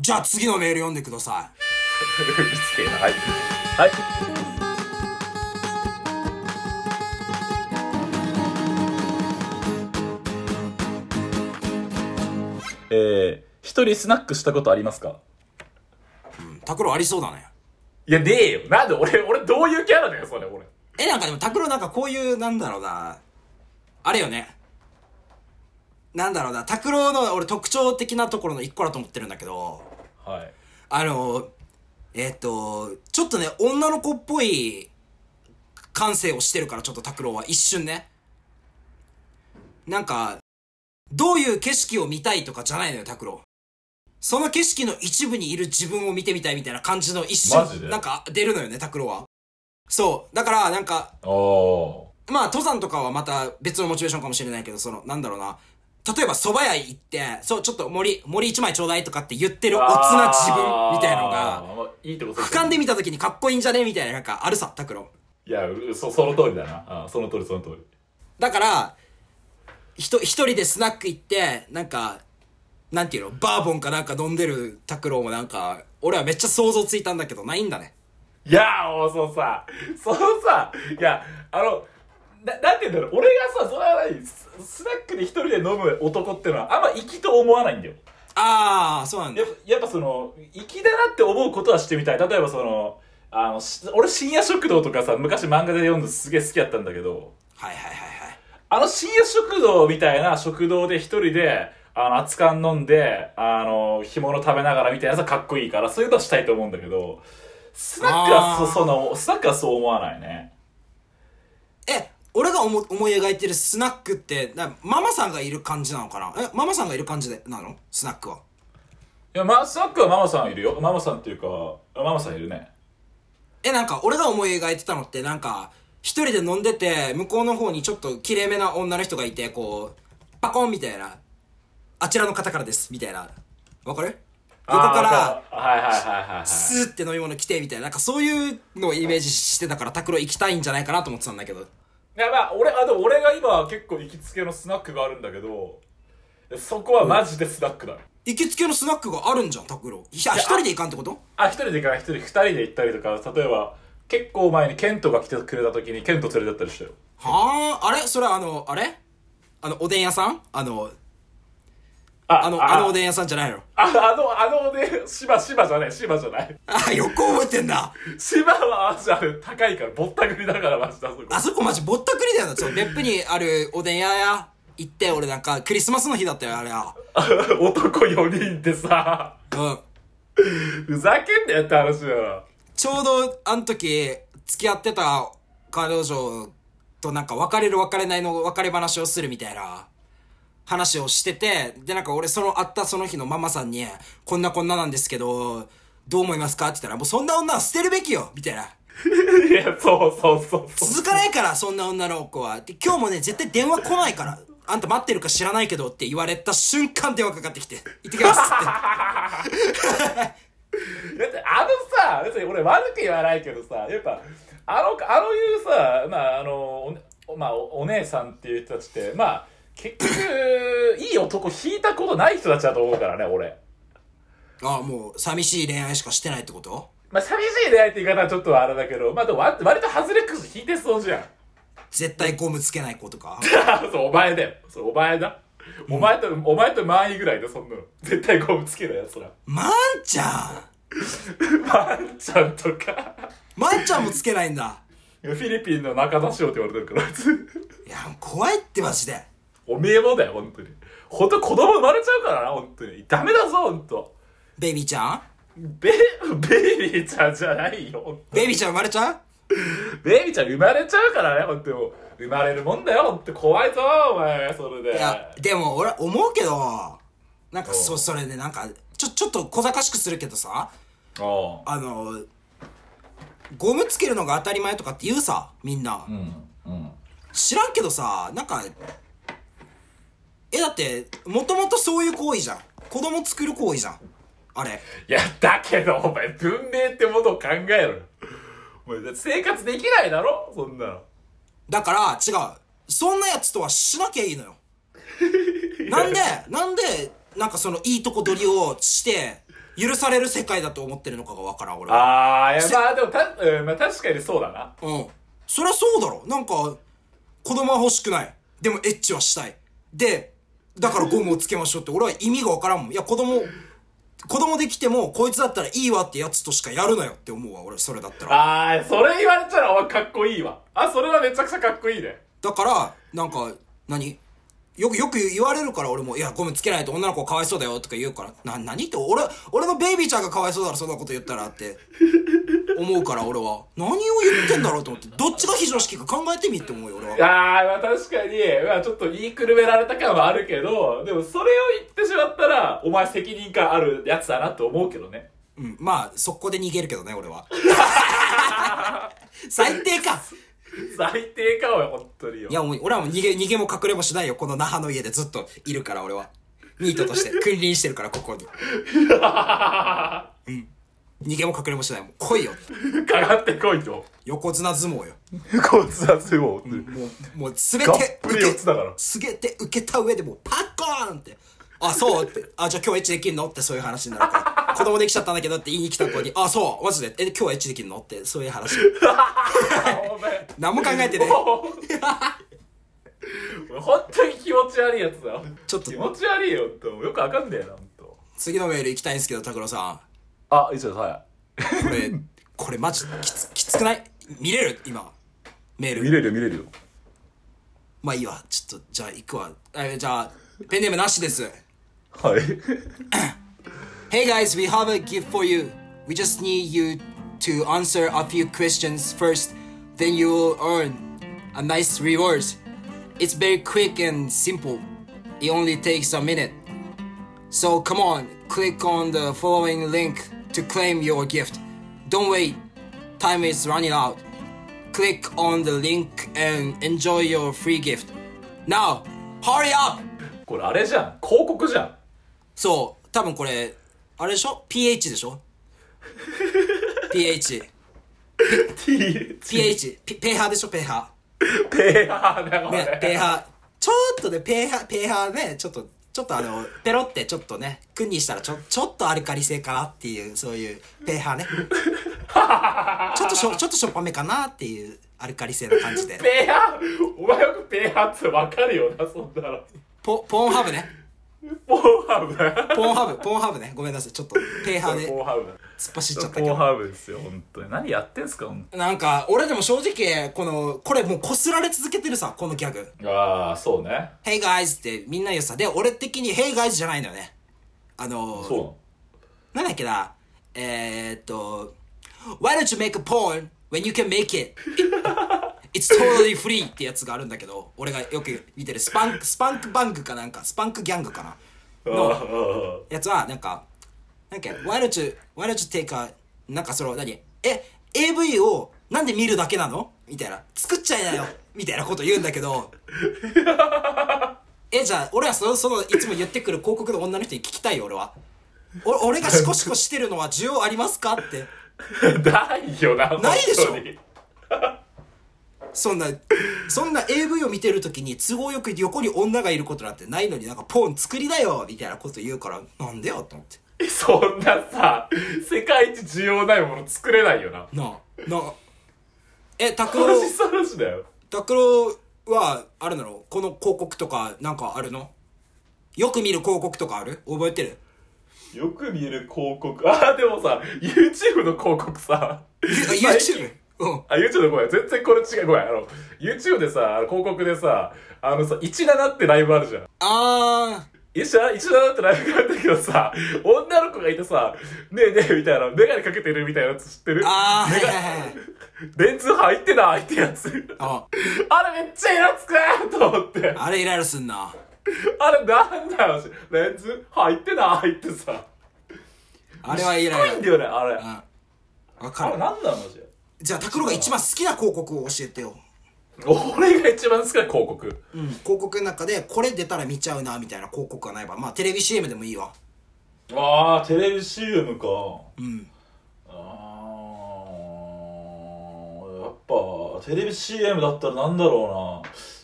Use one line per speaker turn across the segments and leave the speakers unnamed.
じゃあ次のメール読んでください。
うるせえなはいはいえー、一人スナックしたことありますか
うん拓郎ありそうだね。
いやねえよなんで俺俺どういうキャラだよそれ俺
え、なんかでも拓郎なんかこういう、なんだろうな。あれよね。なんだろうな。拓郎の俺特徴的なところの一個だと思ってるんだけど、
はい
あの、えっ、と、ちょっとね、女の子っぽい感性をしてるから、ちょっと拓郎は一瞬ね。なんか、どういう景色を見たいとかじゃないのよ、拓郎。その景色の一部にいる自分を見てみたいみたいな感じの一
マジ
瞬、
で
なんか出るのよね、拓郎は。そう。だから、なんか、
ああ
まあ、登山とかはまた別のモチベーションかもしれないけど、その、なんだろうな。例えば蕎麦屋行って、そう、ちょっと森、森一枚ちょうだいとかって言ってるおつな自分みたいの
あ
が、
ーまあいいってこと
俯瞰で見た時にかっこいいんじゃねみたいな、なんかあるさ、拓郎。
いやうそその通りだなあーその通りその通り
だから、ひと、一人でスナック行って、なんか、なんていうの、バーボンかなんか飲んでる拓郎もなんか、俺はめっちゃ想像ついたんだけど、ないんだね。
いやー、もうそうさ、そのさ、いや、あの、な、なんて言うんだろう、俺がさ、それは何、ススナックで一人で飲む男ってのは、あんま粋と思わないんだよ。
ああ、そうなんだ
やっ。ぱやっぱその、粋だなって思うことはしてみたい。例えばその、あの、し俺深夜食堂とかさ、昔漫画で読んですげえ好きだったんだけど、
はいはいはいはい。
あの深夜食堂みたいな食堂で一人で、あの、熱燗飲んで、あの、干物食べながらみたいなさ、かっこいいから、そういうのはしたいと思うんだけど、スナックはそ、
あー
その、スナックはそう思わないね。
え俺が思思い描いてるスナックってなママさんがいる感じなのかなえママさんがいる感じでなのスナックはい
や、まあ、スナックはママさんいるよ。ママさんっていうか、あママさんいるね。
えなんか俺が思い描いてたのってなんか一人で飲んでて向こうの方にちょっときれいめな女の人がいてこうパコンみたいなあちらの方からですみたいなわかる横から
あー、はいはいはいはい、はい。
スーって飲み物来てみたいななんかそういうのをイメージしてたから拓郎行きたいんじゃないかなと思ってたんだけど
いや、まあ、俺、あ、でも俺が今結構行きつけのスナックがあるんだけど、そこはマジでスナックだ。
行きつけのスナックがあるんじゃん拓郎いや一人で行かんってこと
あ、一人で行かない、一人、二人で行ったりとか、例えば、結構前にケントが来てくれた時にケント連れてったりしたよ。
はあ、あれそれはあの、あれあの、おでん屋さんあの、
あ
あの、あのおでん屋さんじゃないの
ああの、あのね、芝、芝じゃない、芝じゃない。
あ、よく覚えてんだ
芝は、あ、じゃあ、高いから、ぼったくりだから、マジだ、そこ。
あそこマジぼったくりだよな。ちょ、別府にあるおでん屋や行って、俺なんかクリスマスの日だったよ、あれは。
男4人でさ、
うん。
ふざけんなよって話だよ。
ちょうど、あの時、付き合ってた彼女となんか別れる別れないの別れ話をするみたいな話をしてて、でなんか俺その会ったその日のママさんに、こんなこんななんですけど、どう思いますかって言ったら、もうそんな女は捨てるべきよみたいな。
いや、そうそうそうそう。
続かないから、そんな女の子は。で、今日もね、絶対電話来ないから。あんた待ってるか知らないけどって言われた瞬間電話かかってきて、行ってきますっ
だって、あのさ、別に俺悪く言わないけどさ、やっぱ、あの、あのいうさ、まあ、あの、おねまあ、おお姉さんっていう人たちって、まあ、結局、いい男引いたことない人たちだと思うからね、俺。
て。ああ、もう、寂しい恋愛しかしてないってこと
まあ、寂しい出会いって言い方はちょっとあれだけど、まあ、でも割割と外れくじ引いてそうじゃん。
絶対ゴムつけない子とか。
そう、お前だよ。そう、お前だ。お前と、お前と満位ぐらいだ、そんなの。絶対ゴムつけないやつら。
まんちゃ
まんちゃんとか。
んまんちゃんもつけないんだ。
フィリピンの中田翔って言われてるから、あいつ
いや、怖いってマジで。
おめえもだよ、本当に。本当子供生まれちゃうからな、本当に。ダメだぞ、本当。
ベイビーちゃん
ベ、ベイビーちゃんじゃないよ、本当
ベイビーちゃん生まれちゃう
ベイビーちゃん生まれちゃうからね、本当にもう。生まれるもんだよ、本当怖いぞ、お前、それで。
いや、でも俺思うけど、なんかそ、それね、なんか、ちょ、ちょっと小賢しくするけどさ、
お
あの、ゴムつけるのが当たり前とかって言うさ、みんな。
ううん、うん。
知らんけどさ、なんか、え、だって、もともとそういう行為じゃん。子供作る行為じゃん。あれ。
いや、だけど、お前、文明ってものを考えろよ。お前、生活できないだろ、そんなの。
だから、違う。そんなやつとはしなきゃいいのよ。なんで、なんで、なんかそのいいとこ取りをして、許される世界だと思ってるのかがわからん、俺は。
ああ、いや、まあでもた、うんまあ、確かにそうだな。
うん。そりゃそうだろ。なんか、子供は欲しくない。でもエッチはしたい。で、だからゴムをつけましょうって、俺は意味がわからんもん。いや、子供、子供できても、こいつだったらいいわってやつとしかやるなよって思うわ、俺、それだったら。
ああ、それ言われたら、お前かっこいいわ。あ、それはめちゃくちゃかっこいいね。
だから、なんか、何よく、よく言われるから俺も、いや、ゴムつけないと女の子かわいそうだよとか言うから、な、何って、俺、俺のベイビーちゃんがかわいそうだろ、そんなこと言ったらって、思うから俺は、何を言ってんだろうと思って、どっちが非常識か考えてみって思うよ、俺は。
ああ、まあ確かに、まあちょっと言いくるめられた感はあるけど、でもそれを言ってしまったら、お前責任感あるやつだなと思うけど ね。
うん、まあ、速攻で逃げるけどね、 俺は。最低か。
最低かおい、本当によ
い。や、もう俺はもう逃げ、逃げも隠れもしないよ。この那覇の家でずっといるから、俺は。ニートと して。君臨してるから、ここに。うん。逃げも隠れもしない。もう来いよ。
かかってこいと。
横綱相撲よ。
こいつはすごい。
もう、もうすべ
がってぷり四つだから
すげて受けた上でもうパッコーンって。あ、そうって。あ、じゃあ今日エッチできんのってそういう話になるから。子供できちゃったんだけどって言いに来た子に、あ、そう、マジで。え、今日はエッチできんのってそういう話。
お前、
何も考え てね。
本当に気持ち悪いやつだよ。
ちょっと
気持ち悪いよ、ほんとよくわかんねえな、ほんと。
次のメール行きたいんですけど、拓郎さ
あ、いいですよ、はい。
ん。これ、これマジきつ、きつくない見れる今。メール。
見れるよ、見れるよ。
まあいいわ。ちょっと、じゃあ行くわ。えじゃあ、ペンネームなしです。
はい。
Hey guys, we have a gift for you. We just need you to answer a few questions first, then you will earn a nice reward. It's very quick and simple. It only takes a minute. So come on, click on the following link to claim your gift. Don't wait, time is running out. Click on the link and enjoy your free gift. Now, hurry up!
これあれじゃん。広告じゃん。
そう、多分これ、あれでしょ ?pH でしょ ?pH。
T、
pH。ペペーハーでしょペーハ
ペアだこ
ー。ね、ペー
れ。
ハー。ちょっとね、ペーハー、ペーハーね、ちょっと、ちょっとあの、ペロってちょっとね、くにしたらちょ、ちょっとアルカリ性かなっていう、そういう、ペーハーね。ちょっとしょ、ちょっとしょっぱめかなっていう、アルカリ性の感じで。
ペアお前よくペアってわかるよな、そんなの。
ポ、ポーンハブね。
ポーハーブだよ。
ポーンハブ、ポーンハブね。ごめんなさい、ちょっと、ペーハーで
ポーハーブだよ。
突っ走っちゃった
ポ
けど
ー。ハーブですよ、本当に。何やってんすか、本
なんか、俺でも正直、この、これもう擦られ続けてるさ、このギャグ。
当に。ああ、そうね。
Hey guys ってみんな言うさ。で、俺的に Hey guys じゃないのよね。あのー、
そ
なんだっけな。えー、っと、Why don't you make a porn when you can make it? It's totally free ってやつがあるんだけど、俺がよく見てるスパンク、スパンクバングかなんか、スパンクギャングかな。
うなの。ああ
やつはなんか、なんか、why don't you, why don't you take a, なんかその、何え、AV をなんで見るだけなのみたいな。作っちゃいなよみたいなこと言うんだけど。え、じゃあ、俺はその、その、いつも言ってくる広告の女の人に聞きたいよ、俺は。お俺がシコシコしてるのは需要ありますかって。
ないよな、
ないでしょ
本当に
そんな、そんな AV を見てるときに都合よく横に女がいることなんてないのになんかポーン作りだよみたいなこと言うから、なんでよと思って。
そんなさ、世界一需要ないもの作れないよな。
なあ、なあ。え、拓郎
楽し。そうしだよ。
拓郎はあるだろうこの広告とかなんかあるのよく見る広告とかある覚えてる
よく見る広告。ああ、でもさ、YouTube の広告さ。
あ YouTube? うん
あ、YouTube ごめん。全然これ違う。ごめん。あの、YouTube でさ、広告でさ、あのさ、17ってライブあるじゃん。
あ
17、17ってライブがあるんだけどさ、女の子がいてさ、ねえねえみたいな、メガネかけてるみたいなやつ知ってる
ーあーは
メ
い
ガ
はいはい
レンズ入ってないってやつ。
あ
あれめっちゃイラつくなと思って。
あれイライラすんな
あれなんだよ、レンズ入ってないってさ。
あれはイライ
しつこい
ラ
んだよね、あれ。あ
わか
れ
る
なんなのマジで
じゃあ拓郎が一番好きな広告を教えてよ、
俺が一番好きな広告。
うん、広告の中でこれ出たら見ちゃうなみたいな広告がないばまあテレビ CM でもいいわ
ああ、テレビ CM か。
うん
あーやっぱ、テレビ CM だったらなんだろ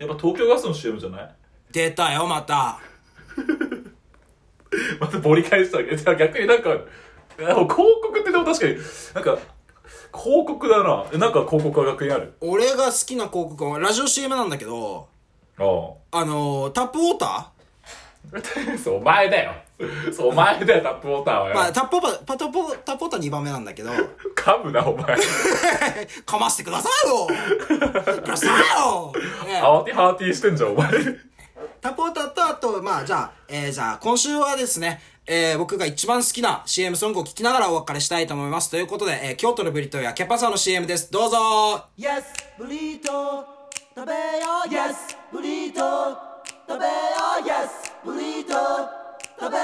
うな。やっぱ東京ガスの CM じゃない
出たよまた
また盛り返したけど、逆になんか、でも広告ってでも確かに、なんか、広告だな。えなんか広告は学院ある。
俺が好きな広告は、ラジオ CM なんだけど、
ああ。
あのー、タップウォータ
そう、お前だよ。そう、お前だよ、タップウォーターは
ー
よ。
まあ、タップウォーター、タップウォータップウォーター2番目なんだけど、
噛むな、お前。
かましてくださいよくださいよ、ね
ハーティーハーティーしてんじゃん、お前。
タポーターと、あと、まあ、じゃあ、えー、じゃあ、今週はですね、えー、僕が一番好きな CM ソングを聴きながらお別れしたいと思います。ということで、えー、京都のブリトーやキャパサーの CM です。どうぞ
Yes, burrito, 食べよう Yes, burrito, 食べよう Yes, burrito, 食べよ